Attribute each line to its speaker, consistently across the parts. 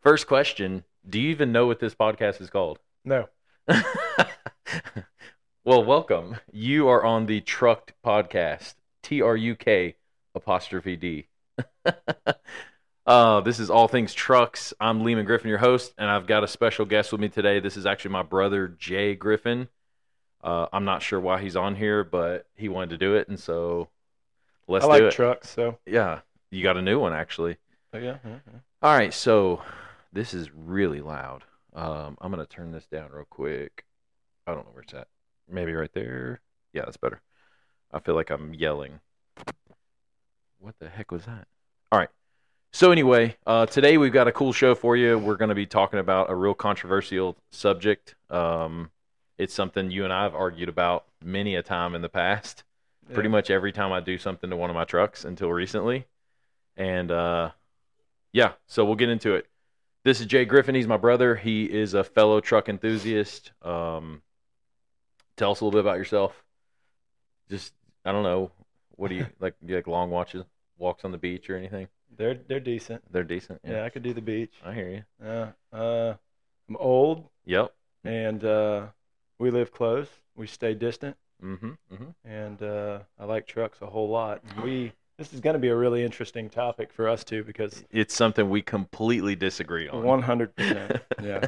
Speaker 1: First question Do you even know what this podcast is called?
Speaker 2: No.
Speaker 1: well, welcome. You are on the Trucked Podcast, T R U K apostrophe D. uh, this is All Things Trucks. I'm Lehman Griffin, your host, and I've got a special guest with me today. This is actually my brother, Jay Griffin. Uh, I'm not sure why he's on here, but he wanted to do it, and so let's
Speaker 2: I like
Speaker 1: do it.
Speaker 2: trucks, so
Speaker 1: yeah, you got a new one actually.
Speaker 2: Oh, yeah, mm-hmm. yeah,
Speaker 1: All right, so this is really loud. Um, I'm gonna turn this down real quick. I don't know where it's at. Maybe right there. Yeah, that's better. I feel like I'm yelling. What the heck was that? All right. So anyway, uh, today we've got a cool show for you. We're gonna be talking about a real controversial subject. Um, it's something you and I have argued about many a time in the past pretty much every time I do something to one of my trucks until recently. And uh, yeah, so we'll get into it. This is Jay Griffin. He's my brother. He is a fellow truck enthusiast. Um, tell us a little bit about yourself. Just I don't know. What do you like? Do you like long watches, walks on the beach, or anything?
Speaker 2: They're they're decent.
Speaker 1: They're decent.
Speaker 2: Yeah, I could do the beach.
Speaker 1: I hear you.
Speaker 2: Uh, uh, I'm old,
Speaker 1: Yep.
Speaker 2: and uh, we live close. We stay distant,
Speaker 1: Mm-hmm. Mm-hmm.
Speaker 2: and uh, I like trucks a whole lot. We this is going to be a really interesting topic for us too because
Speaker 1: It's something we completely disagree on.
Speaker 2: 100. percent Yeah,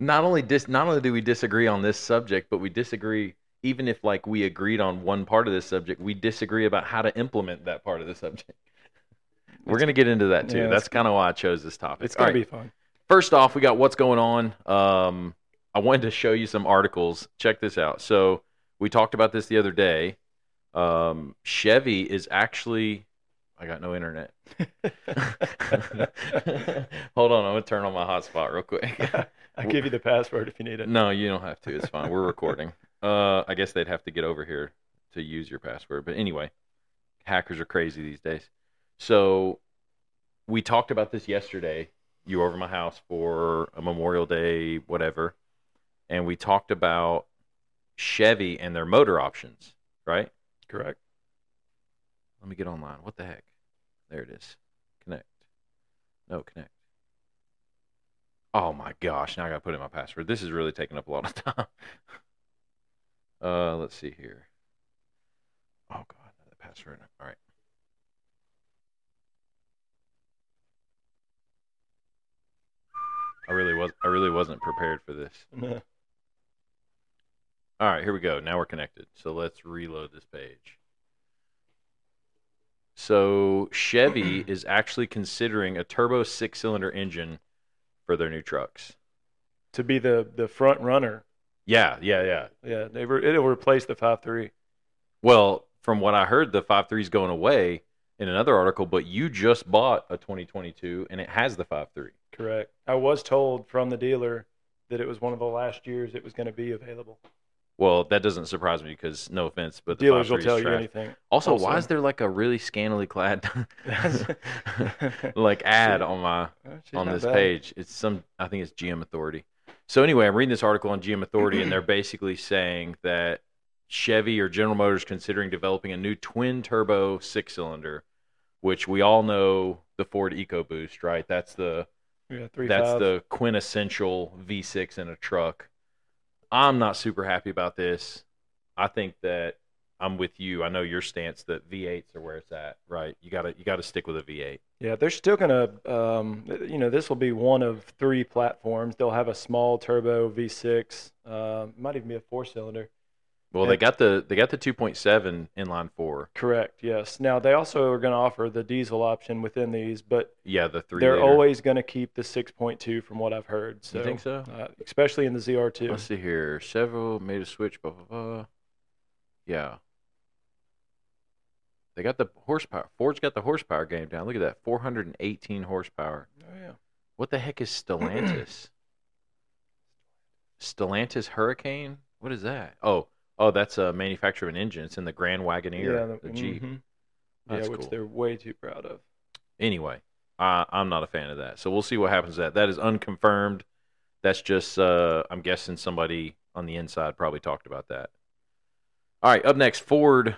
Speaker 1: not only dis not only do we disagree on this subject, but we disagree even if like we agreed on one part of this subject, we disagree about how to implement that part of the subject. We're gonna get into that too.
Speaker 2: yeah,
Speaker 1: That's kind of why I chose this topic.
Speaker 2: it's
Speaker 1: All
Speaker 2: going
Speaker 1: right.
Speaker 2: to be fun.
Speaker 1: First off, we got what's going on. Um, I wanted to show you some articles. Check this out. So we talked about this the other day. Um, Chevy is actually. I got no internet. Hold on, I'm gonna turn on my hotspot real quick.
Speaker 2: I'll give you the password if you need it.
Speaker 1: No, you don't have to. It's fine. We're recording. Uh, I guess they'd have to get over here to use your password. But anyway, hackers are crazy these days. So we talked about this yesterday. You were over my house for a Memorial Day, whatever, and we talked about Chevy and their motor options. Right?
Speaker 2: Correct.
Speaker 1: Let me get online. What the heck? There it is. Connect. No, connect. Oh my gosh, now I gotta put in my password. This is really taking up a lot of time. Uh let's see here. Oh god, another password. All right. I really was I really wasn't prepared for this.
Speaker 2: No.
Speaker 1: All right, here we go. Now we're connected. So let's reload this page. So Chevy is actually considering a turbo six-cylinder engine for their new trucks.
Speaker 2: To be the the front runner.
Speaker 1: Yeah, yeah, yeah.
Speaker 2: Yeah, they were, it'll replace the five three.
Speaker 1: Well, from what I heard, the 5.3 is going away in another article, but you just bought a 2022 and it has the 5.3.
Speaker 2: Correct. I was told from the dealer that it was one of the last years it was going to be available.
Speaker 1: Well, that doesn't surprise me because no offense, but the
Speaker 2: Dealers will
Speaker 1: 5.3 is
Speaker 2: tell you
Speaker 1: trash.
Speaker 2: anything.
Speaker 1: Also, why
Speaker 2: Also-
Speaker 1: is there like a really scantily clad
Speaker 2: That's-
Speaker 1: like ad on my
Speaker 2: She's
Speaker 1: on
Speaker 2: not
Speaker 1: this
Speaker 2: bad.
Speaker 1: page. It's some, I think it's GM Authority. So anyway, I'm reading this article on GM Authority, and they're basically saying that Chevy or General Motors considering developing a new twin turbo six cylinder, which we all know the Ford EcoBoost, right? That's the
Speaker 2: Yeah, three
Speaker 1: that's
Speaker 2: fives.
Speaker 1: the quintessential V6 in a truck. I'm not super happy about this. I think that I'm with you. I know your stance that V8s are where it's at, right? You gotta you gotta stick with a V8.
Speaker 2: Yeah, they're still going to, um, you know, this will be one of three platforms. They'll have a small turbo V6, uh, might even be a four cylinder.
Speaker 1: Well, they got the they got the 2.7 inline four.
Speaker 2: Correct. Yes. Now they also are going to offer the diesel option within these, but
Speaker 1: Yeah, the 3
Speaker 2: they're
Speaker 1: liter.
Speaker 2: always going to keep the 6.2 from what I've heard. So,
Speaker 1: you think so?
Speaker 2: Uh, especially in the ZR2.
Speaker 1: Let's see here. Several made a switch. Blah blah blah. Yeah. They got the horsepower. Ford's got the horsepower game down. Look at that, 418 horsepower.
Speaker 2: Oh, yeah.
Speaker 1: What the heck is Stellantis? Stellantis Hurricane? What is that? Oh, oh, that's a manufacturer of an engine. It's in the Grand Wagoneer,
Speaker 2: Yeah,
Speaker 1: the Jeep.
Speaker 2: mhm.
Speaker 1: That's
Speaker 2: yeah, which
Speaker 1: cool.
Speaker 2: they're way too proud of.
Speaker 1: anyway, I, I'm not a fan of that. So we'll see what happens to that. That is unconfirmed. That's just, uh, I'm guessing somebody on the inside probably talked about that. All right, up next, Ford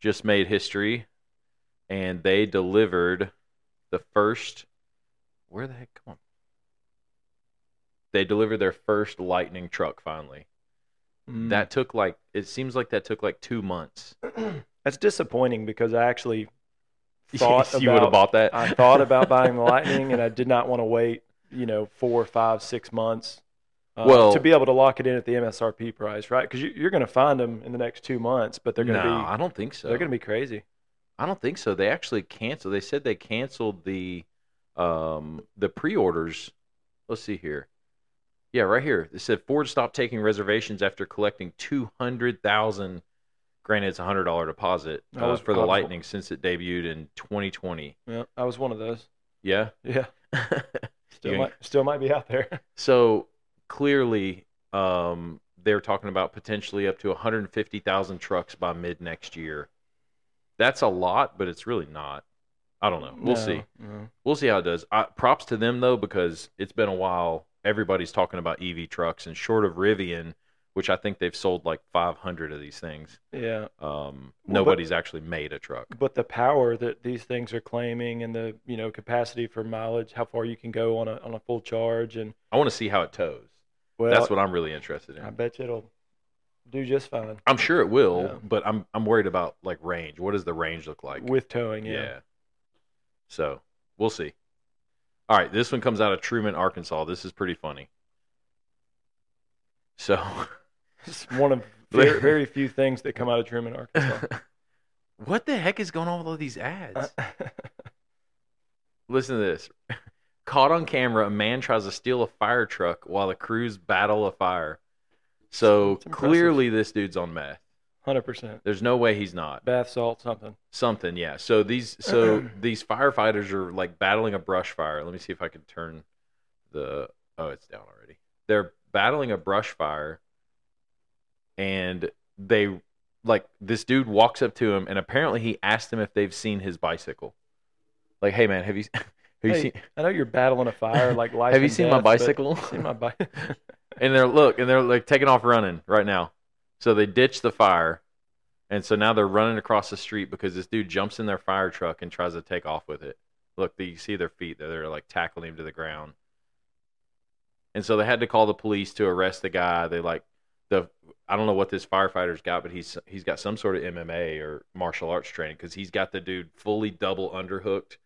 Speaker 1: just made history and they delivered the first. Where the heck? Come on. They delivered their first Lightning truck finally.
Speaker 2: Mm.
Speaker 1: That took like it seems like that took like two months.
Speaker 2: that's disappointing because I actually thought
Speaker 1: you would have
Speaker 2: about
Speaker 1: bought that.
Speaker 2: I thought about buying the Lightning, and I did not want to wait, you know, four, five, six months uh,
Speaker 1: Well-
Speaker 2: to be able to lock it in at the MSRP price, right? Because you, you're going to find them in the next two months, but they're going
Speaker 1: no,
Speaker 2: to
Speaker 1: I don't think so.
Speaker 2: be they're going to be crazy.
Speaker 1: I don't think so. They actually canceled. They said they canceled the um the pre-orders. Let's see here. Yeah, right here. It said Ford stopped taking reservations after collecting two hundred thousand. Granted, it's a hundred dollar deposit
Speaker 2: I
Speaker 1: uh,
Speaker 2: was-
Speaker 1: for
Speaker 2: I
Speaker 1: the
Speaker 2: was-
Speaker 1: Lightning since it debuted in 2020.
Speaker 2: Yeah, I was one of those.
Speaker 1: Yeah.
Speaker 2: Yeah, still
Speaker 1: You-
Speaker 2: might, still might be out there.
Speaker 1: so clearly, um, they're talking about potentially up to 150,000 trucks by mid next year. That's a lot, but it's really not. I don't know. We'll
Speaker 2: No,
Speaker 1: see.
Speaker 2: no.
Speaker 1: We'll see how it does. I, props to them though, because it's been a while. Everybody's talking about EV trucks, and short of Rivian, which I think they've sold like 500 of these things,
Speaker 2: Yeah,
Speaker 1: um,
Speaker 2: but-
Speaker 1: nobody's actually made a truck.
Speaker 2: but the power that these things are claiming, and the you know capacity for mileage, how far you can go on a on a full charge, and
Speaker 1: I want to see how it tows.
Speaker 2: well,
Speaker 1: That's what I'm really interested in.
Speaker 2: I bet you it'll do just fine
Speaker 1: I'm sure it will,
Speaker 2: Yeah.
Speaker 1: but I'm I'm worried about like range. What does the range look like?
Speaker 2: with towing.
Speaker 1: yeah.
Speaker 2: Yeah.
Speaker 1: So we'll see. All right, this one comes out of Truman, Arkansas. This is pretty funny. So
Speaker 2: It's one of very, very few things that come out of Truman, Arkansas.
Speaker 1: what the heck is going on with all these ads? Uh, Listen to this. Caught on camera, a man tries to steal a fire truck while the crews battle a fire. So
Speaker 2: It's impressive.
Speaker 1: clearly this dude's on meth.
Speaker 2: Hundred percent.
Speaker 1: There's no way he's not.
Speaker 2: Bath salt, something.
Speaker 1: Something, yeah. So these so these firefighters are like battling a brush fire. Let me see if I can turn the oh, it's down already. They're battling a brush fire and they like this dude walks up to him and apparently he asked him if they've seen his bicycle. Like, hey man, have you have you
Speaker 2: Hey,
Speaker 1: seen
Speaker 2: I know you're battling a fire like life.
Speaker 1: have you
Speaker 2: and
Speaker 1: seen my
Speaker 2: death, but-
Speaker 1: bicycle?
Speaker 2: Seen my bike.
Speaker 1: and they're look and they're like taking off running right now so they ditch the fire and so now they're running across the street because this dude jumps in their fire truck and tries to take off with it look you see their feet there they're like tackling him to the ground and so they had to call the police to arrest the guy they like the i don't know what this firefighter's got but he's he's got some sort of mma or martial arts training because he's got the dude fully double underhooked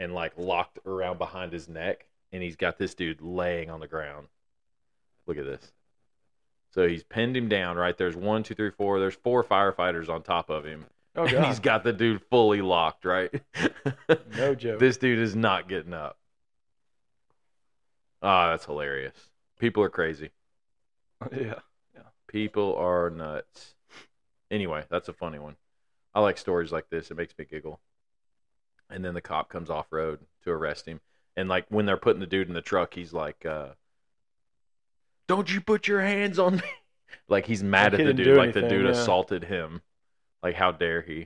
Speaker 1: and like locked around behind his neck and he's got this dude laying on the ground Look at this. So he's pinned him down, right? There's one, two, three, four. There's four firefighters on top of him.
Speaker 2: Oh
Speaker 1: and he's got
Speaker 2: god,
Speaker 1: the dude fully locked, right?
Speaker 2: no joke.
Speaker 1: this dude is not getting up. Ah, that's hilarious. People are crazy.
Speaker 2: yeah.
Speaker 1: People are nuts. Anyway, that's a funny one. I like stories like this. It makes me giggle. And then the cop comes off road to arrest him. And like when they're putting the dude in the truck, he's like, uh, "Don't you put your hands on me!" Like he's mad
Speaker 2: Like
Speaker 1: at
Speaker 2: he
Speaker 1: the
Speaker 2: didn't
Speaker 1: dude.
Speaker 2: do
Speaker 1: Like the
Speaker 2: anything,
Speaker 1: dude
Speaker 2: yeah.
Speaker 1: assaulted him. Like how dare he?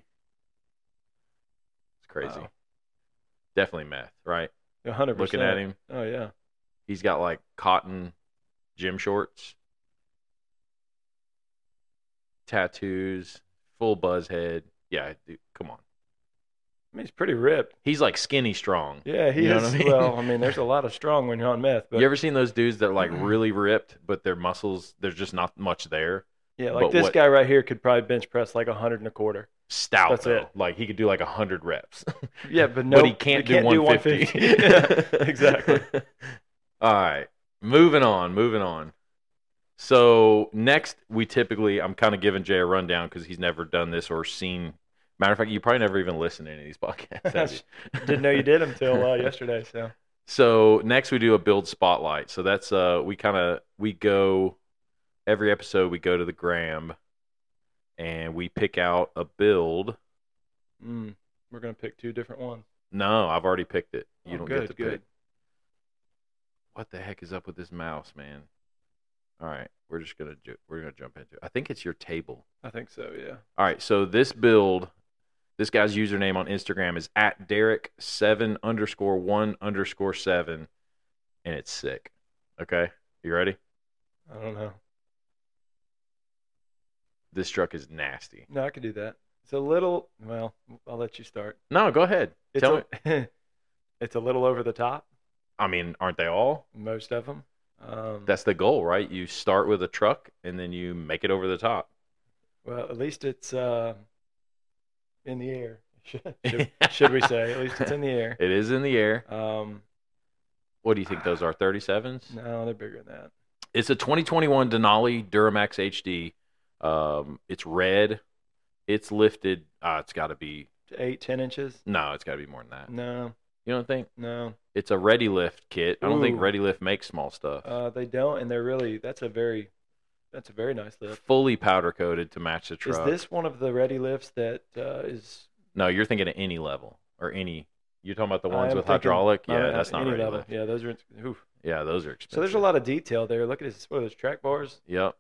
Speaker 1: It's crazy.
Speaker 2: Wow.
Speaker 1: Definitely meth, right?
Speaker 2: A hundred percent.
Speaker 1: Looking at him,
Speaker 2: Oh yeah.
Speaker 1: he's got like cotton gym shorts, tattoos, full buzz head. Yeah, dude, come on.
Speaker 2: I mean, he's pretty ripped.
Speaker 1: He's like skinny strong.
Speaker 2: Yeah, he
Speaker 1: You know
Speaker 2: is.
Speaker 1: what I mean?
Speaker 2: Well, I mean, there's a lot of strong when you're on meth, but
Speaker 1: you ever seen those dudes that are like really ripped, but their muscles, there's just not much there?
Speaker 2: yeah, like
Speaker 1: but
Speaker 2: this
Speaker 1: what-
Speaker 2: guy right here could probably bench press like a hundred and a quarter.
Speaker 1: Stout.
Speaker 2: That's
Speaker 1: though.
Speaker 2: it.
Speaker 1: Like he could do like 100 reps,
Speaker 2: Yeah, but no,
Speaker 1: but he can't, do, 150.
Speaker 2: 150. Yeah, exactly.
Speaker 1: All right. Moving on. Moving on. So next, we typically, I'm kind of giving Jay a rundown because he's never done this or seen. Matter of fact, you probably never even listened to any of these podcasts. have you?
Speaker 2: Didn't know you did until uh, yesterday. So
Speaker 1: So next we do a build spotlight. So that's uh we kind of we go every episode we go to the gram and we pick out a build.
Speaker 2: Mm, we're gonna pick two different ones.
Speaker 1: No, I've already picked it. You
Speaker 2: Oh,
Speaker 1: don't
Speaker 2: good,
Speaker 1: get to
Speaker 2: good.
Speaker 1: pick. What the heck is up with this mouse, man? All right, we're just gonna ju- we're gonna jump into. It. I think it's your table.
Speaker 2: I think so. Yeah.
Speaker 1: All right, so this build, this guy's username on Instagram is at Derek seven underscore one underscore seven, and it's sick. Okay, you ready?
Speaker 2: I don't know.
Speaker 1: This truck is nasty.
Speaker 2: No, I could do that. It's a little. Well, I'll let you start.
Speaker 1: No, go ahead.
Speaker 2: It's
Speaker 1: Tell
Speaker 2: a,
Speaker 1: me.
Speaker 2: it's a little over the top.
Speaker 1: I mean, aren't they all?
Speaker 2: Most of them. Um,
Speaker 1: That's the goal, right? You start with a truck and then you make it over the top.
Speaker 2: well, at least it's uh, in the air. should, should we say? At least it's in the air.
Speaker 1: It is in the air.
Speaker 2: Um,
Speaker 1: What do you think those are? 37s?
Speaker 2: no, they're bigger than that.
Speaker 1: It's a 2021 Denali Duramax HD. Um, it's red. It's lifted. Uh, it's got to be.
Speaker 2: Eight, ten inches?
Speaker 1: No, it's got to be more than that.
Speaker 2: No,
Speaker 1: You don't think?
Speaker 2: no.
Speaker 1: It's a Ready Lift kit. I don't think
Speaker 2: Ooh.
Speaker 1: Ready Lift makes small stuff.
Speaker 2: Uh, they don't, and they're really. That's a very, that's a very nice lift.
Speaker 1: Fully powder coated to match the truck.
Speaker 2: Is this one of the ready lifts that uh, is?
Speaker 1: No, you're thinking of any level or any. You're talking about the
Speaker 2: I
Speaker 1: ones
Speaker 2: am
Speaker 1: with
Speaker 2: thinking-
Speaker 1: hydraulic.
Speaker 2: I
Speaker 1: Yeah,
Speaker 2: don't know,
Speaker 1: that's not
Speaker 2: any
Speaker 1: Ready
Speaker 2: level.
Speaker 1: Lift.
Speaker 2: Yeah, those are. Oof.
Speaker 1: Yeah, those are expensive.
Speaker 2: So there's a lot of detail there. Look at this. What are those track bars?
Speaker 1: Yep,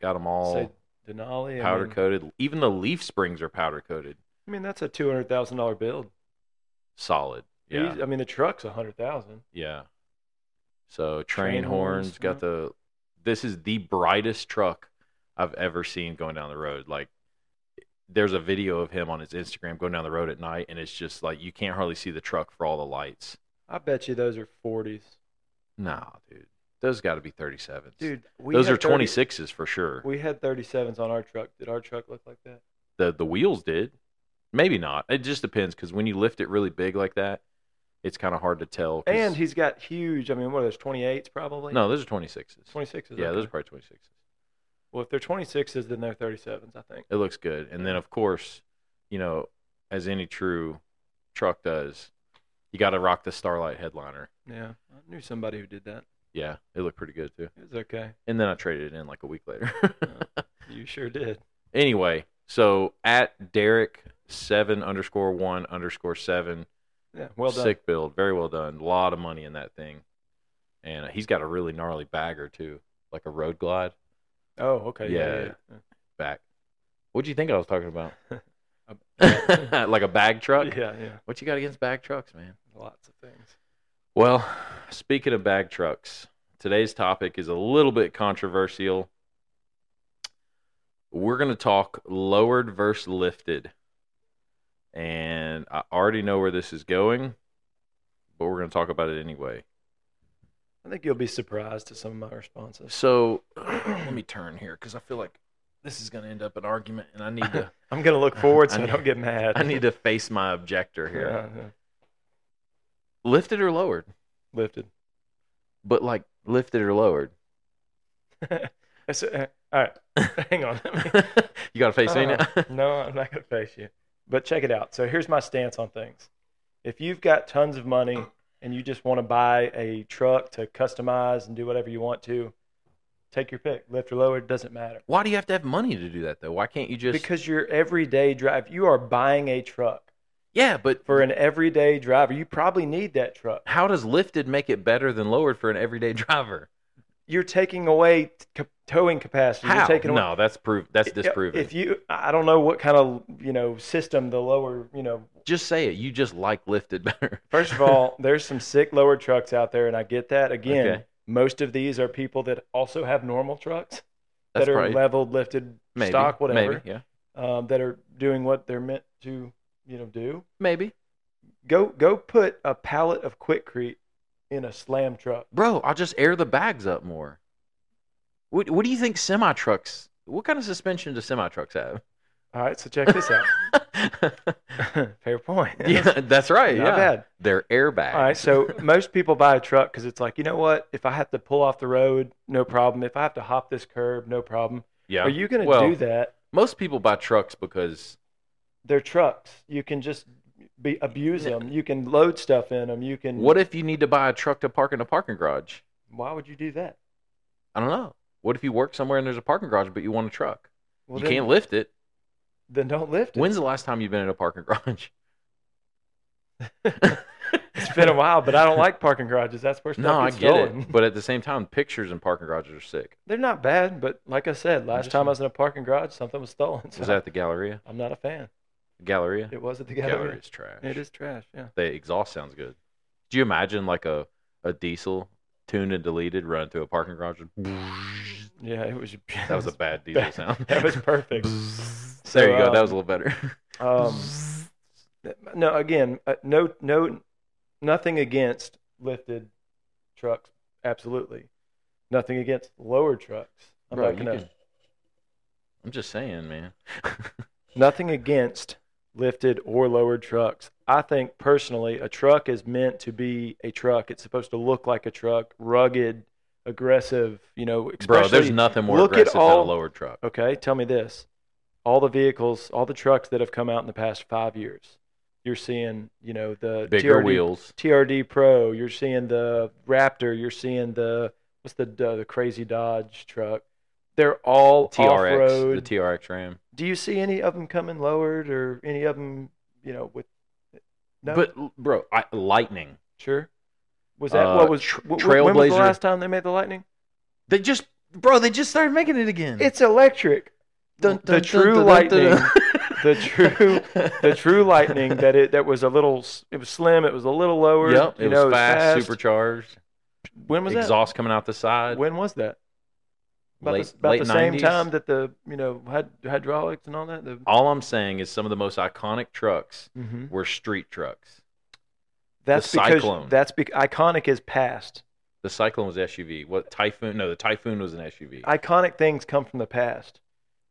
Speaker 1: got them all
Speaker 2: Say Denali. I
Speaker 1: powder
Speaker 2: mean-
Speaker 1: coated. Even the leaf springs are powder coated.
Speaker 2: I mean, that's a two hundred thousand dollar build.
Speaker 1: Solid. Yeah.
Speaker 2: These- I mean, the truck's a hundred thousand.
Speaker 1: Yeah. So train,
Speaker 2: Train
Speaker 1: horns,
Speaker 2: horns,
Speaker 1: got the this is the brightest truck I've ever seen going down the road. Like there's a video of him on his Instagram going down the road at night and it's just like you can't hardly see the truck for all the lights.
Speaker 2: I bet you those are forties,
Speaker 1: Nah, dude. Those got to be 37s.
Speaker 2: dude. We
Speaker 1: Those
Speaker 2: had
Speaker 1: are
Speaker 2: 30
Speaker 1: 26s for sure.
Speaker 2: We had thirty sevens on our truck. Did our truck look like that?
Speaker 1: the the wheels did. Maybe not. It just depends cuz when you lift it really big like that, it's kind of hard to tell 'cause-
Speaker 2: And he's got huge. I mean, what are those? Twenty eights probably.
Speaker 1: No, those are 26s.
Speaker 2: twenty sixes.
Speaker 1: yeah, those are probably 26s.
Speaker 2: Well, if they're twenty sixes, then they're thirty sevens. I think.
Speaker 1: It looks good. And then of course, you know, as any true truck does, you got to rock the Starlight headliner.
Speaker 2: Yeah, I knew somebody who did that.
Speaker 1: Yeah, it looked pretty good too.
Speaker 2: It was okay.
Speaker 1: And then I traded it in like a week later.
Speaker 2: You sure did.
Speaker 1: anyway, so at Derek seven underscore one underscore seven
Speaker 2: Yeah, well done.
Speaker 1: sick build, very well done. A lot of money in that thing, and uh, he's got a really gnarly bagger too, like a road glide
Speaker 2: Oh, okay. Yeah.
Speaker 1: Yeah. back. What'd you think I was talking about?
Speaker 2: A-
Speaker 1: like a bag
Speaker 2: Yeah,
Speaker 1: truck.
Speaker 2: yeah. yeah, yeah.
Speaker 1: What you got against bag trucks, man?
Speaker 2: Lots of things.
Speaker 1: Well, speaking of bag trucks, today's topic is a little bit controversial. We're going to talk lowered versus lifted. And I already know where this is going, but we're going to talk about it anyway.
Speaker 2: I think you'll be surprised to some of my responses.
Speaker 1: So let me turn here because I feel like this is going to end up an argument and I need to
Speaker 2: I'm gonna look forward so
Speaker 1: I
Speaker 2: I,
Speaker 1: need-
Speaker 2: don't get mad.
Speaker 1: I need to face my objector here.
Speaker 2: Yeah, yeah.
Speaker 1: Lifted or lowered?
Speaker 2: Lifted.
Speaker 1: But like lifted or lowered?
Speaker 2: That's- uh, all right. Hang on.
Speaker 1: you got to face me now?
Speaker 2: Uh-huh. no, I'm not gonna face you. But check it out. So here's my stance on things. If you've got tons of money and you just want to buy a truck to customize and do whatever you want to, take your pick. Lift or lower, it doesn't matter.
Speaker 1: Why do you have to have money to do that though? Why can't you just
Speaker 2: because your everyday drive you are buying a truck
Speaker 1: Yeah, but
Speaker 2: for an everyday driver you probably need that truck
Speaker 1: how does lifted make it better than lowered for an everyday driver?
Speaker 2: you're taking away c- towing capacity
Speaker 1: How?
Speaker 2: you're taking away
Speaker 1: No, that's proof that's disproven.
Speaker 2: if you i don't know what kind of you know system the lower you know
Speaker 1: just say it. You just like lifted better.
Speaker 2: first of all there's some sick lower trucks out there and i get that again
Speaker 1: Okay.
Speaker 2: most of these are people that also have normal trucks
Speaker 1: That's
Speaker 2: that are
Speaker 1: probably-
Speaker 2: leveled lifted
Speaker 1: maybe,
Speaker 2: stock whatever
Speaker 1: Maybe, yeah.
Speaker 2: um, that are doing what they're meant to you know do
Speaker 1: Maybe.
Speaker 2: go go put a pallet of quickcrete in a slam truck.
Speaker 1: Bro, I'll just air the bags up more. What what do you think semi trucks what kind of suspension do semi trucks have?
Speaker 2: All right, so check this out. Fair point.
Speaker 1: yeah, that's right.
Speaker 2: Not
Speaker 1: yeah.
Speaker 2: bad.
Speaker 1: They're airbags.
Speaker 2: All right, so most people buy a truck because it's like, you know what? If I have to pull off the road, no problem. If I have to hop this curb, no problem.
Speaker 1: yeah.
Speaker 2: Are you going to
Speaker 1: Well,
Speaker 2: do that?
Speaker 1: Most people buy trucks because
Speaker 2: They're trucks. You can just be, abuse them. You can load stuff in them. You can.
Speaker 1: what if you need to buy a truck to park in a parking garage?
Speaker 2: Why would you do that?
Speaker 1: I don't know. What if you work somewhere and there's a parking garage, but you want a truck?
Speaker 2: Well,
Speaker 1: you
Speaker 2: then,
Speaker 1: can't lift it.
Speaker 2: Then don't lift it.
Speaker 1: When's the last time you've been in a parking garage?
Speaker 2: it's been a while, but I don't like parking garages. That's where stuff
Speaker 1: no, I
Speaker 2: gets
Speaker 1: get
Speaker 2: stolen.
Speaker 1: it. But at the same time, pictures in parking garages are sick.
Speaker 2: They're not bad, but like I said, last
Speaker 1: just
Speaker 2: time I was in a parking garage, something was stolen. So
Speaker 1: Was that at the Galleria?
Speaker 2: I'm not a fan.
Speaker 1: Galleria?
Speaker 2: It was at the
Speaker 1: Galleria.
Speaker 2: gallery.
Speaker 1: is trash.
Speaker 2: It is trash. Yeah.
Speaker 1: The exhaust sounds good. Do you imagine like a, a diesel tuned and deleted run through a parking garage? That
Speaker 2: Yeah. It was.
Speaker 1: was a bad diesel sound.
Speaker 2: that was
Speaker 1: there
Speaker 2: perfect.
Speaker 1: you
Speaker 2: So,
Speaker 1: go. That
Speaker 2: um,
Speaker 1: was a little better.
Speaker 2: Um, no, again, uh, no, no, nothing against lifted trucks. Absolutely. Nothing against lower trucks. I'm
Speaker 1: Bro,
Speaker 2: not
Speaker 1: you
Speaker 2: gonna,
Speaker 1: can- I'm just saying, man.
Speaker 2: Nothing against lifted or lowered trucks. I think personally, a truck is meant to be a truck. It's supposed to look like a truck, rugged, aggressive. You know,
Speaker 1: Bro, there's
Speaker 2: especially-
Speaker 1: nothing more
Speaker 2: look at
Speaker 1: aggressive
Speaker 2: all-
Speaker 1: than a lower truck.
Speaker 2: Okay, tell me this. All the vehicles, all the trucks that have come out in the past five years, you're seeing, you know, the
Speaker 1: Bigger
Speaker 2: TRD,
Speaker 1: wheels.
Speaker 2: TRD Pro, you're seeing the Raptor, you're seeing the, what's the, uh, the crazy Dodge truck. They're all
Speaker 1: TRX,
Speaker 2: off-road.
Speaker 1: the TRX Ram.
Speaker 2: Do you see any of them coming lowered or any of them, you know, with, no,
Speaker 1: But l- bro, I, Lightning.
Speaker 2: sure? Was that
Speaker 1: Uh,
Speaker 2: what was,
Speaker 1: tr-
Speaker 2: wh- wh- when was the
Speaker 1: Trailblazer.
Speaker 2: last time they made the Lightning?
Speaker 1: They just, bro, they just started making it again.
Speaker 2: It's electric.
Speaker 1: Dun,
Speaker 2: the
Speaker 1: dun, dun,
Speaker 2: true
Speaker 1: dun, dun,
Speaker 2: Lightning.
Speaker 1: dun.
Speaker 2: the true the true lightning that it that was a little s- it was slim it was a little lower
Speaker 1: Yep,
Speaker 2: you
Speaker 1: it
Speaker 2: know
Speaker 1: was fast,
Speaker 2: fast.
Speaker 1: supercharged,
Speaker 2: when was
Speaker 1: exhaust coming out the side.
Speaker 2: that when was that about,
Speaker 1: late,
Speaker 2: the, s- about
Speaker 1: late
Speaker 2: the same
Speaker 1: 90s.
Speaker 2: time that the you know had hydraulics and all that the,
Speaker 1: All I'm saying is some of the most iconic trucks
Speaker 2: Mhm.
Speaker 1: were street trucks.
Speaker 2: that's because
Speaker 1: Cyclone.
Speaker 2: that's be, iconic is past
Speaker 1: The Cyclone was SUV. What Typhoon? No, the Typhoon was an SUV.
Speaker 2: iconic things come from the past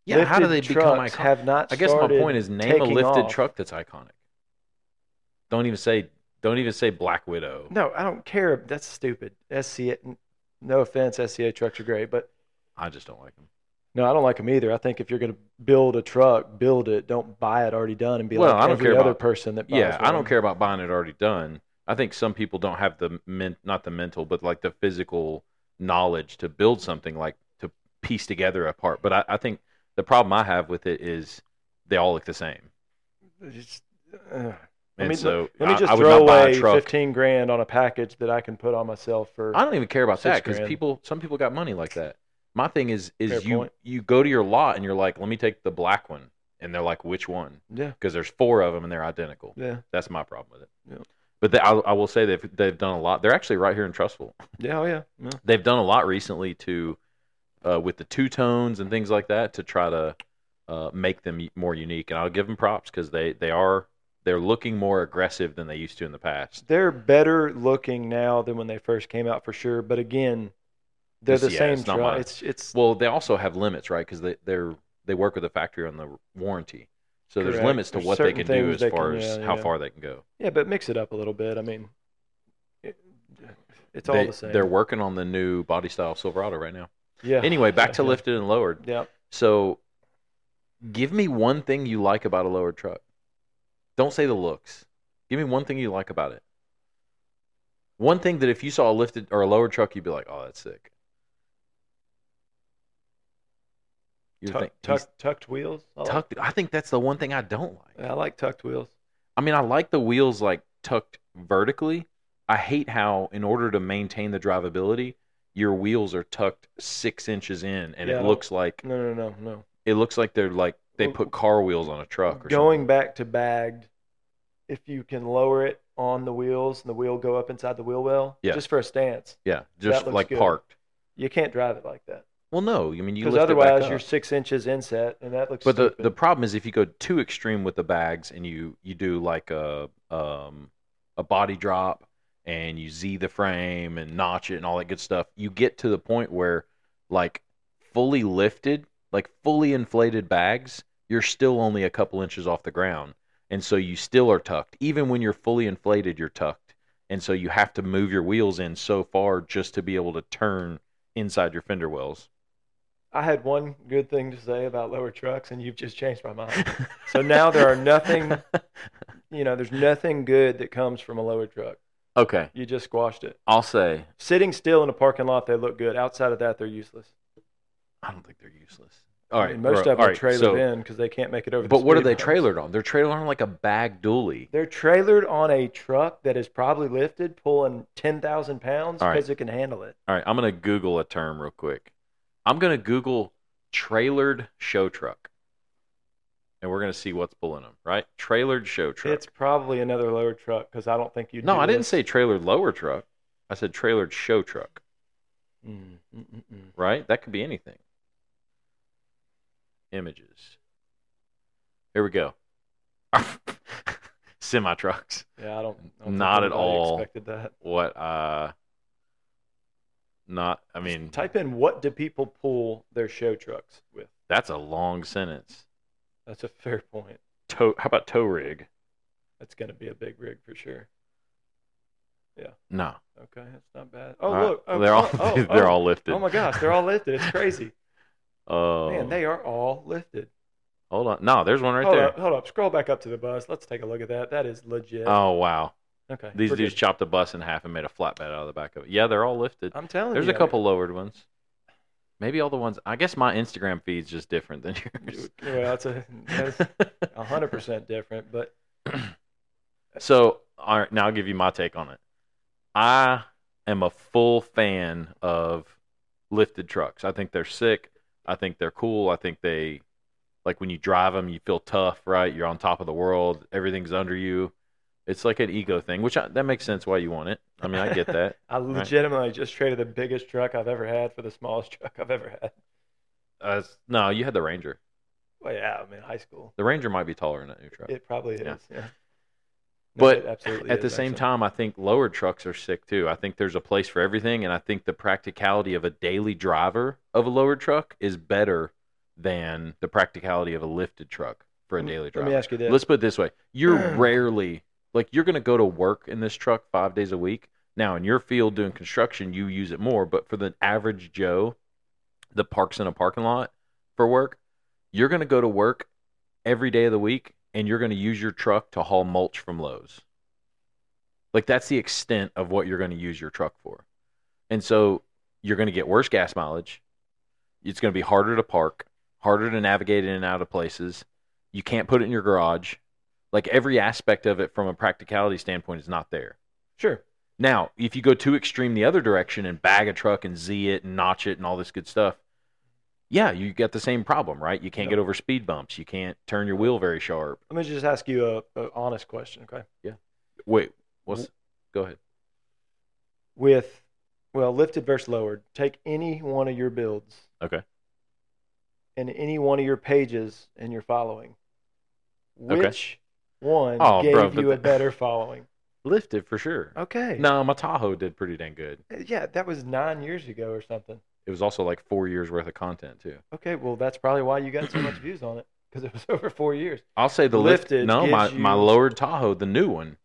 Speaker 1: yeah, how do they
Speaker 2: Lifted
Speaker 1: become
Speaker 2: trucks
Speaker 1: iconic?
Speaker 2: have not
Speaker 1: I guess my
Speaker 2: started
Speaker 1: point is name a
Speaker 2: taking
Speaker 1: lifted
Speaker 2: off.
Speaker 1: truck that's iconic. Don't even say don't even say Black Widow.
Speaker 2: no I don't care that's stupid SCA no offense SCA trucks are great but
Speaker 1: I just don't like them.
Speaker 2: No, I don't like them either. I think if you're going to build a truck, build it. Don't buy it already done and be
Speaker 1: Well,
Speaker 2: like
Speaker 1: I don't
Speaker 2: every
Speaker 1: care
Speaker 2: other
Speaker 1: about-
Speaker 2: person that buys
Speaker 1: Yeah, I
Speaker 2: one.
Speaker 1: don't care about buying it already done. I think some people don't have the men, not the mental, but like the physical knowledge to build something like to piece together a part. But I, I think the problem I have with it is they all look the same.
Speaker 2: It's- ugh. Let
Speaker 1: And
Speaker 2: me-
Speaker 1: so
Speaker 2: Let me
Speaker 1: I-
Speaker 2: just
Speaker 1: I would
Speaker 2: throw
Speaker 1: not buy
Speaker 2: away
Speaker 1: a truck.
Speaker 2: 15 grand on a package that I can put on myself for.
Speaker 1: I don't even care about
Speaker 2: Six
Speaker 1: that because
Speaker 2: grand.
Speaker 1: people, some people got money like that. My thing is, is
Speaker 2: Fair
Speaker 1: you
Speaker 2: point.
Speaker 1: you go to your lot and you're like, let me take the black one, and they're like, which one?
Speaker 2: yeah,
Speaker 1: Because there's four of them and they're identical.
Speaker 2: yeah,
Speaker 1: That's my problem with it.
Speaker 2: Yeah.
Speaker 1: But they, I, I will say they've they've done a lot. They're actually right here in Trustful.
Speaker 2: yeah, oh, yeah. yeah.
Speaker 1: They've done a lot recently to, uh, with the two tones and things like that to try to uh, make them more unique. And I'll give them props because they they are they're looking more aggressive than they used to in the past.
Speaker 2: They're better looking now than when they first came out for sure. But again, they're
Speaker 1: It's-
Speaker 2: the
Speaker 1: yeah,
Speaker 2: same
Speaker 1: it's not
Speaker 2: truck.
Speaker 1: mine.
Speaker 2: It's it's
Speaker 1: Well, they also have limits, right? Because they they're they work with the factory on the warranty, so
Speaker 2: Correct.
Speaker 1: there's limits to
Speaker 2: There's
Speaker 1: what they
Speaker 2: certain
Speaker 1: can do
Speaker 2: things
Speaker 1: as
Speaker 2: they
Speaker 1: far
Speaker 2: can-
Speaker 1: as
Speaker 2: yeah,
Speaker 1: how
Speaker 2: yeah.
Speaker 1: far they can go.
Speaker 2: yeah, but mix it up a little bit. I mean, it, it's all
Speaker 1: they,
Speaker 2: the same.
Speaker 1: They're working on the new body style Silverado right now.
Speaker 2: yeah.
Speaker 1: Anyway, back to
Speaker 2: Yeah.
Speaker 1: lifted and lowered.
Speaker 2: Yeah.
Speaker 1: So, give me one thing you like about a lowered truck. Don't say the looks. Give me one thing you like about it. One thing that if you saw a lifted or a lowered truck, you'd be like, "Oh, that's sick." You
Speaker 2: Tuck-
Speaker 1: think
Speaker 2: tuck- tucked wheels. I like
Speaker 1: tucked? I think that's the one thing I don't like.
Speaker 2: I like tucked wheels.
Speaker 1: I mean, I like the wheels like tucked vertically. I hate how, in order to maintain the drivability, your wheels are tucked six inches in, and
Speaker 2: Yeah, I
Speaker 1: it
Speaker 2: don't-
Speaker 1: looks like
Speaker 2: No, no, no, no.
Speaker 1: it looks like they're like they
Speaker 2: Well,
Speaker 1: put car wheels on a truck. Or
Speaker 2: Going
Speaker 1: something.
Speaker 2: back to bagged, if you can lower it on the wheels and the wheel go up inside the wheel well,
Speaker 1: Yeah.
Speaker 2: just for a stance,
Speaker 1: yeah,
Speaker 2: that
Speaker 1: just
Speaker 2: looks
Speaker 1: like
Speaker 2: good.
Speaker 1: parked.
Speaker 2: you can't drive it like that
Speaker 1: Well, no, I mean you
Speaker 2: because
Speaker 1: lift it
Speaker 2: otherwise
Speaker 1: back
Speaker 2: you're
Speaker 1: up.
Speaker 2: six inches inset and that looks.
Speaker 1: But the,
Speaker 2: stupid.
Speaker 1: the problem is if you go too extreme with the bags and you you do like a um a body drop and you Z the frame and notch it and all that good stuff, you get to the point where like fully lifted, like fully inflated bags, you're still only a couple inches off the ground. And so you still are tucked. Even when you're fully inflated, you're tucked. And so you have to move your wheels in so far just to be able to turn inside your fender wells.
Speaker 2: I had one good thing to say about lower trucks, and you've just changed my mind. So now there are nothing- you know, there's nothing good that comes from a lower truck.
Speaker 1: Okay.
Speaker 2: You just squashed it.
Speaker 1: I'll say
Speaker 2: Sitting still in a parking lot, they look good. Outside of that, they're useless.
Speaker 1: I don't think they're useless. All
Speaker 2: I
Speaker 1: right,
Speaker 2: mean, most
Speaker 1: bro,
Speaker 2: of them
Speaker 1: all
Speaker 2: are
Speaker 1: right,
Speaker 2: trailered
Speaker 1: so-
Speaker 2: in because they can't make it over.
Speaker 1: But
Speaker 2: the
Speaker 1: what are
Speaker 2: speed
Speaker 1: they
Speaker 2: humps.
Speaker 1: trailered on? They're trailered on like a bag dually.
Speaker 2: They're trailered on a truck that is probably lifted, pulling 10,000 pounds
Speaker 1: All right.
Speaker 2: because it can handle it.
Speaker 1: All right, I'm gonna Google a term real quick. I'm gonna Google trailered show truck, and we're gonna see what's pulling them. Right, trailered show truck.
Speaker 2: It's probably another lower truck because I don't think you
Speaker 1: no, I didn't say trailered lower truck. I said trailered show truck.
Speaker 2: Mm, mm, mm, mm.
Speaker 1: Right, that could be anything. Images. Here we go. Semi trucks.
Speaker 2: Yeah, I don't. I don't think
Speaker 1: Not at
Speaker 2: anybody
Speaker 1: all.
Speaker 2: Expected that.
Speaker 1: what uh Not, I mean,
Speaker 2: Type in what do people pull their show trucks with?
Speaker 1: that's a long sentence.
Speaker 2: That's a fair point.
Speaker 1: Tow, how about tow rig?
Speaker 2: That's going to be a big rig for sure.
Speaker 1: No.
Speaker 2: Okay, that's not bad. Oh
Speaker 1: All right.
Speaker 2: look, oh,
Speaker 1: they're all
Speaker 2: oh, oh,
Speaker 1: they're
Speaker 2: oh.
Speaker 1: all lifted.
Speaker 2: Oh my gosh, they're all lifted. It's crazy.
Speaker 1: Oh
Speaker 2: Man, they Oh, uh, are all lifted.
Speaker 1: hold on. No, there's one right
Speaker 2: hold
Speaker 1: there.
Speaker 2: up, hold up. Scroll back up to the bus. Let's take a look at that. That is legit.
Speaker 1: Oh wow.
Speaker 2: okay.
Speaker 1: These
Speaker 2: we're
Speaker 1: dudes
Speaker 2: good.
Speaker 1: chopped the bus in half and made a flatbed out of the back of it. Yeah, they're all lifted.
Speaker 2: I'm telling
Speaker 1: There's
Speaker 2: you.
Speaker 1: a couple lowered ones. Maybe all the ones. I guess my Instagram feed's just different than yours.
Speaker 2: Well, that's a that's a hundred percent different. But
Speaker 1: so, all right, now I'll give you my take on it. I am a full fan of lifted trucks. I think they're sick. I think they're cool. I think they, like when you drive them, you feel tough, right? You're on top of the world. Everything's under you. It's like an ego thing, which I, that makes sense why you want it. I mean, I get that.
Speaker 2: I legitimately just traded the biggest truck I've ever had for the smallest truck I've ever had.
Speaker 1: Uh, s- no, you had the Ranger.
Speaker 2: Well, yeah, I mean, high school.
Speaker 1: The Ranger might be taller than that new truck.
Speaker 2: It probably is.
Speaker 1: Yeah.
Speaker 2: Yeah. No,
Speaker 1: But
Speaker 2: it absolutely
Speaker 1: At the
Speaker 2: is,
Speaker 1: same
Speaker 2: actually.
Speaker 1: time, I think lower trucks are sick too. I think there's a place for everything, and I think the practicality of a daily driver of a lower truck is better than the practicality of a lifted truck for a
Speaker 2: Let me-
Speaker 1: daily
Speaker 2: Let
Speaker 1: driver.
Speaker 2: me ask you this.
Speaker 1: Let's put it this way: you're rarely like you're going to go to work in this truck five days a week. Now, in your field doing construction, you use it more, but for the average Joe that parks in a parking lot for work, you're going to go to work every day of the week, and you're going to use your truck to haul mulch from Lowe's. Like that's the extent of what you're going to use your truck for, and so you're going to get worse gas mileage. It's going to be harder to park, harder to navigate in and out of places. You can't put it in your garage. Like every aspect of it from a practicality standpoint is not there.
Speaker 2: Sure.
Speaker 1: Now, if you go too extreme the other direction and bag a truck and Z it and notch it and all this good stuff, yeah, you get the same problem, right? You can't
Speaker 2: Yeah.
Speaker 1: get over speed bumps. You can't turn your wheel very sharp.
Speaker 2: Let me just ask you a, a honest question, okay?
Speaker 1: Wait, what's? Go ahead.
Speaker 2: With well, lifted versus lowered, take any one of your builds.
Speaker 1: Okay.
Speaker 2: And any one of your pages and your following.
Speaker 1: Okay.
Speaker 2: Which one
Speaker 1: Oh,
Speaker 2: gave
Speaker 1: bro, but
Speaker 2: you a
Speaker 1: the-
Speaker 2: better following?
Speaker 1: Lifted for sure.
Speaker 2: Okay.
Speaker 1: No, my Tahoe did pretty dang good.
Speaker 2: Yeah, that was nine years ago or something.
Speaker 1: It was also like four years worth of content too.
Speaker 2: Okay, well that's probably why you got so much views on it because it was over four years.
Speaker 1: I'll say the lift.
Speaker 2: Lifted
Speaker 1: No, my,
Speaker 2: gives
Speaker 1: my
Speaker 2: you-
Speaker 1: lowered Tahoe, the new one.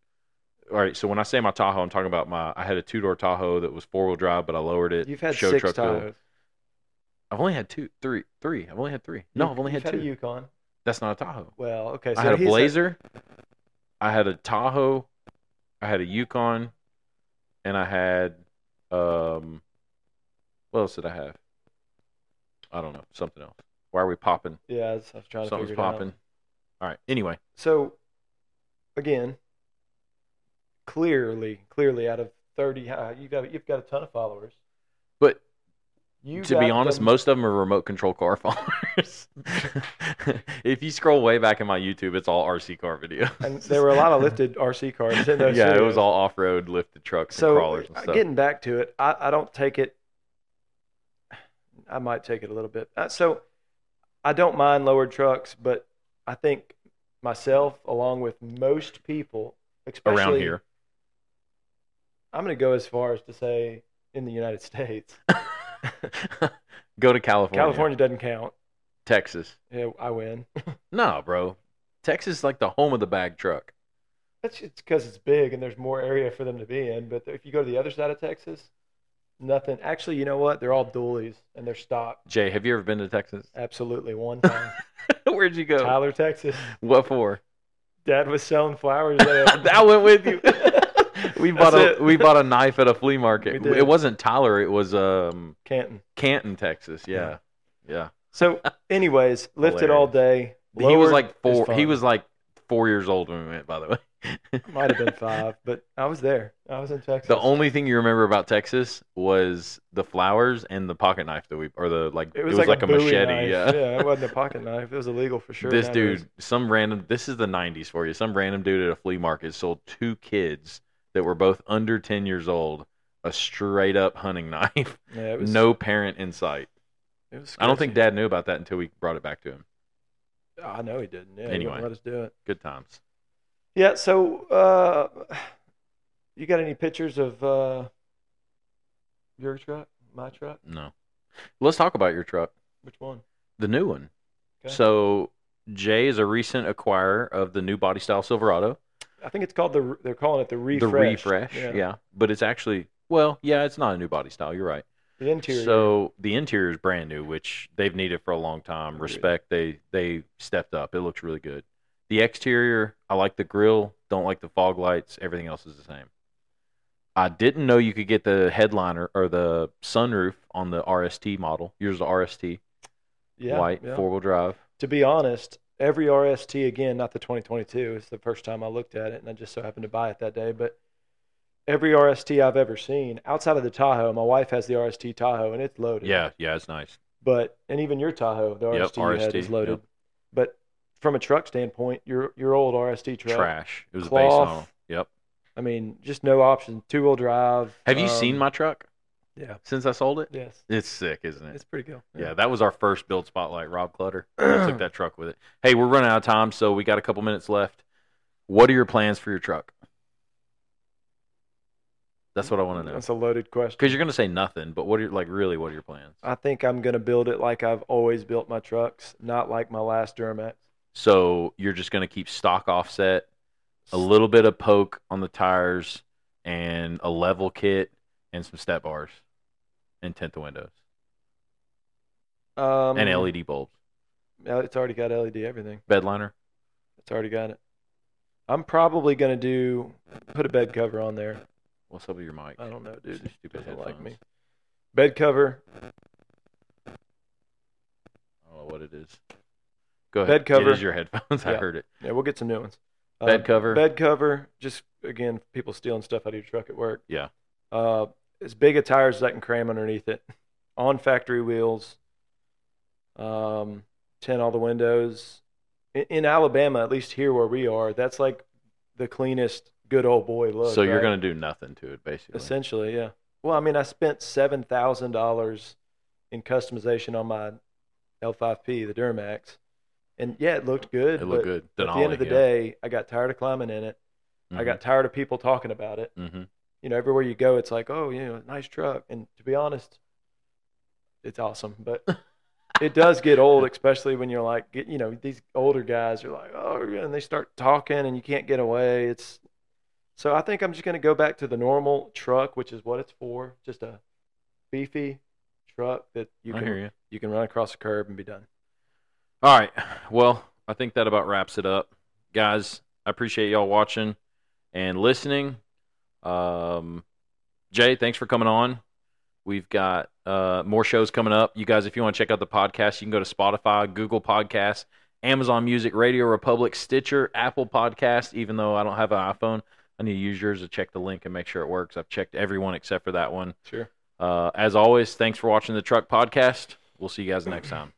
Speaker 1: All right, so when I say my Tahoe, I'm talking about my. I had a two door Tahoe that was four wheel drive, but I lowered it.
Speaker 2: You've had
Speaker 1: show
Speaker 2: six
Speaker 1: truck build.
Speaker 2: Tahoes.
Speaker 1: I've only had two, three, three. I've only had three. No,
Speaker 2: You've-
Speaker 1: I've only
Speaker 2: you've
Speaker 1: had two.
Speaker 2: a Yukon.
Speaker 1: That's not a Tahoe.
Speaker 2: Well, okay. So
Speaker 1: I had a
Speaker 2: he's
Speaker 1: Blazer. I had a Tahoe. I had a Yukon, and I had um. What else did I have? I don't know. Something else. Why are we popping?
Speaker 2: yeah, I was, I was trying to
Speaker 1: Something's
Speaker 2: figure it out.
Speaker 1: popping. All right. Anyway,
Speaker 2: So, again, clearly, clearly, out of thirty, uh, you've got you've got a ton of followers.
Speaker 1: but
Speaker 2: You
Speaker 1: to be
Speaker 2: got
Speaker 1: honest,
Speaker 2: the-
Speaker 1: most of them are remote control car followers. if you scroll way back in my YouTube, it's all RC car videos.
Speaker 2: and there were a lot of lifted RC cars in those.
Speaker 1: yeah, it
Speaker 2: videos.
Speaker 1: was all off road lifted trucks and
Speaker 2: So,
Speaker 1: crawlers and
Speaker 2: uh,
Speaker 1: stuff.
Speaker 2: getting back to it, I, I don't take it. I might take it a little bit. Uh, so, I don't mind lowered trucks, but I think myself, along with most people, especially
Speaker 1: around here.
Speaker 2: I'm going to go as far as to say in the United States,
Speaker 1: Go to California,
Speaker 2: California doesn't count.
Speaker 1: Texas.
Speaker 2: Yeah, I win.
Speaker 1: No, bro. Texas is like the home of the bag truck.
Speaker 2: That's just because it's big and there's more area for them to be in. But if you go to the other side of Texas, nothing. Actually, you know what? They're all dualies and they're stock.
Speaker 1: Jay, have you ever been to Texas?
Speaker 2: Absolutely. One time,
Speaker 1: Where'd you go?
Speaker 2: Tyler, Texas,
Speaker 1: What for?
Speaker 2: dad was selling flowers. There.
Speaker 1: that went with you. we bought
Speaker 2: That's
Speaker 1: a
Speaker 2: it.
Speaker 1: we bought a knife at a flea market.
Speaker 2: We did.
Speaker 1: It wasn't Tyler. It was um
Speaker 2: Canton.
Speaker 1: Canton, Texas. Yeah, yeah.
Speaker 2: So, anyways, lifted all day.
Speaker 1: he was
Speaker 2: Lowered
Speaker 1: like
Speaker 2: is
Speaker 1: four. He
Speaker 2: fun.
Speaker 1: was like four years old when we went. By the way,
Speaker 2: might have been five, but I was there. I was in Texas.
Speaker 1: the only thing you remember about Texas was the flowers and the pocket knife that we or the like.
Speaker 2: it was, like,
Speaker 1: like, a
Speaker 2: Bowie
Speaker 1: machete.
Speaker 2: knife.
Speaker 1: Yeah.
Speaker 2: it wasn't a pocket knife. It was illegal for sure.
Speaker 1: this
Speaker 2: nowadays.
Speaker 1: dude, some random. This is the '90s for you. Some random dude at a flea market sold two kids that were both under 10 years old a straight up hunting knife.
Speaker 2: Yeah, it was,
Speaker 1: no parent in sight.
Speaker 2: It was
Speaker 1: I don't think
Speaker 2: sketchy.
Speaker 1: Dad knew about that until we brought it back to him.
Speaker 2: Oh, I know he didn't. Yeah, he
Speaker 1: Anyway.
Speaker 2: wouldn't let us do it.
Speaker 1: Good times.
Speaker 2: Yeah. So, uh, you got any pictures of uh, your truck? My truck?
Speaker 1: No. Let's talk about your truck,
Speaker 2: Which one?
Speaker 1: the new one.
Speaker 2: Okay.
Speaker 1: So Jay is a recent acquirer of the new body style Silverado.
Speaker 2: I think it's called the. They're calling it the refresh.
Speaker 1: The refresh, yeah. But it's actually well, yeah, it's not a new body style. You're right.
Speaker 2: The interior.
Speaker 1: So the interior is brand new, which they've needed for a long time.
Speaker 2: Agreed.
Speaker 1: Respect. They they stepped up. It looks really good. The exterior, I like the grill. Don't like the fog lights. Everything else is the same. I didn't know you could get the headliner or the sunroof on the RST model. Yours is the RST,
Speaker 2: yeah,
Speaker 1: white
Speaker 2: yeah.
Speaker 1: four wheel drive.
Speaker 2: To be honest, every RST again, not the 2022. It's the first time I looked at it, and I just so happened to buy it that day. But every RST I've ever seen, outside of the Tahoe, my wife has the RST Tahoe, and it's loaded.
Speaker 1: Yeah, yeah, it's nice.
Speaker 2: But and even your Tahoe, the
Speaker 1: Yep,
Speaker 2: RST, you had
Speaker 1: RST,
Speaker 2: is loaded.
Speaker 1: yep.
Speaker 2: But from a truck standpoint, your your old RST truck.
Speaker 1: Trash. It was a base
Speaker 2: Cloth.
Speaker 1: model. Yep.
Speaker 2: I mean, just no option. Two wheel drive.
Speaker 1: Have you
Speaker 2: um,
Speaker 1: seen my truck
Speaker 2: Yeah.
Speaker 1: since I sold it?
Speaker 2: Yes.
Speaker 1: It's sick, isn't it?
Speaker 2: It's pretty cool.
Speaker 1: Yeah, that was our first build spotlight. Rob Clutter I took that truck with it. Hey, we're running out of time, so we got a couple minutes left. What are your plans for your truck? That's what I want to know.
Speaker 2: That's a loaded question.
Speaker 1: Because you're gonna say nothing, but what are your, like really? What are your plans?
Speaker 2: I think I'm gonna build it like I've always built my trucks, not like my last Duramax.
Speaker 1: So you're just gonna keep stock offset, a little bit of poke on the tires, and a level kit, and some step bars, and tint the windows,
Speaker 2: Um,
Speaker 1: and LED bulbs,
Speaker 2: uh, It's already got LED everything.
Speaker 1: bed liner.
Speaker 2: It's already got it. I'm probably gonna do put a bed cover on there.
Speaker 1: What's up with your mic?
Speaker 2: I don't know, dude.
Speaker 1: Stupid
Speaker 2: It doesn't like
Speaker 1: headphones.
Speaker 2: me. Bed cover,
Speaker 1: I don't know what it is. Go ahead.
Speaker 2: Bed cover.
Speaker 1: It is your headphones. I
Speaker 2: Yeah.
Speaker 1: heard it.
Speaker 2: Yeah, we'll get some new ones. Uh,
Speaker 1: Bed cover.
Speaker 2: Bed cover. Just again, people stealing stuff out of your truck at work.
Speaker 1: Yeah.
Speaker 2: Uh, as big a tires as I can cram underneath it. On factory wheels. Um, tint all the windows. In, in Alabama, at least here where we are, that's like the cleanest good old boy look.
Speaker 1: so you're
Speaker 2: right?
Speaker 1: gonna do nothing to it, basically.
Speaker 2: essentially, yeah. Well, I mean, I spent seven thousand dollars in customization on my L5P, the Duramax, and yeah, it looked good.
Speaker 1: it
Speaker 2: but
Speaker 1: looked good.
Speaker 2: at the end
Speaker 1: Denali,
Speaker 2: of the
Speaker 1: yeah.
Speaker 2: day, I got tired of climbing in it. I
Speaker 1: Mhm,
Speaker 2: got tired of people talking about it.
Speaker 1: mhm.
Speaker 2: You know, everywhere you go, it's like, oh, you know, nice truck. And to be honest, it's awesome, but it does get old, especially when you're like, get, you know, these older guys are like, oh, yeah, and they start talking, and you can't get away. It's so I think I'm just gonna go back to the normal truck, which is what it's for, just a beefy truck that you
Speaker 1: I hear
Speaker 2: can
Speaker 1: you.
Speaker 2: you can run across a curb and be done.
Speaker 1: All right. Well, I think that about wraps it up, guys. I appreciate y'all watching and listening. Um, Jay, thanks for coming on. We've got uh, more shows coming up. You guys, if you want to check out the podcast, you can go to Spotify, Google Podcasts, Amazon Music, Radio Republic, Stitcher, Apple Podcast. Even though I don't have an iPhone, I need to use yours to check the link and make sure it works. I've checked everyone except for that one.
Speaker 2: Sure.
Speaker 1: Uh, as always, thanks for watching the Truck Podcast. We'll see you guys next time.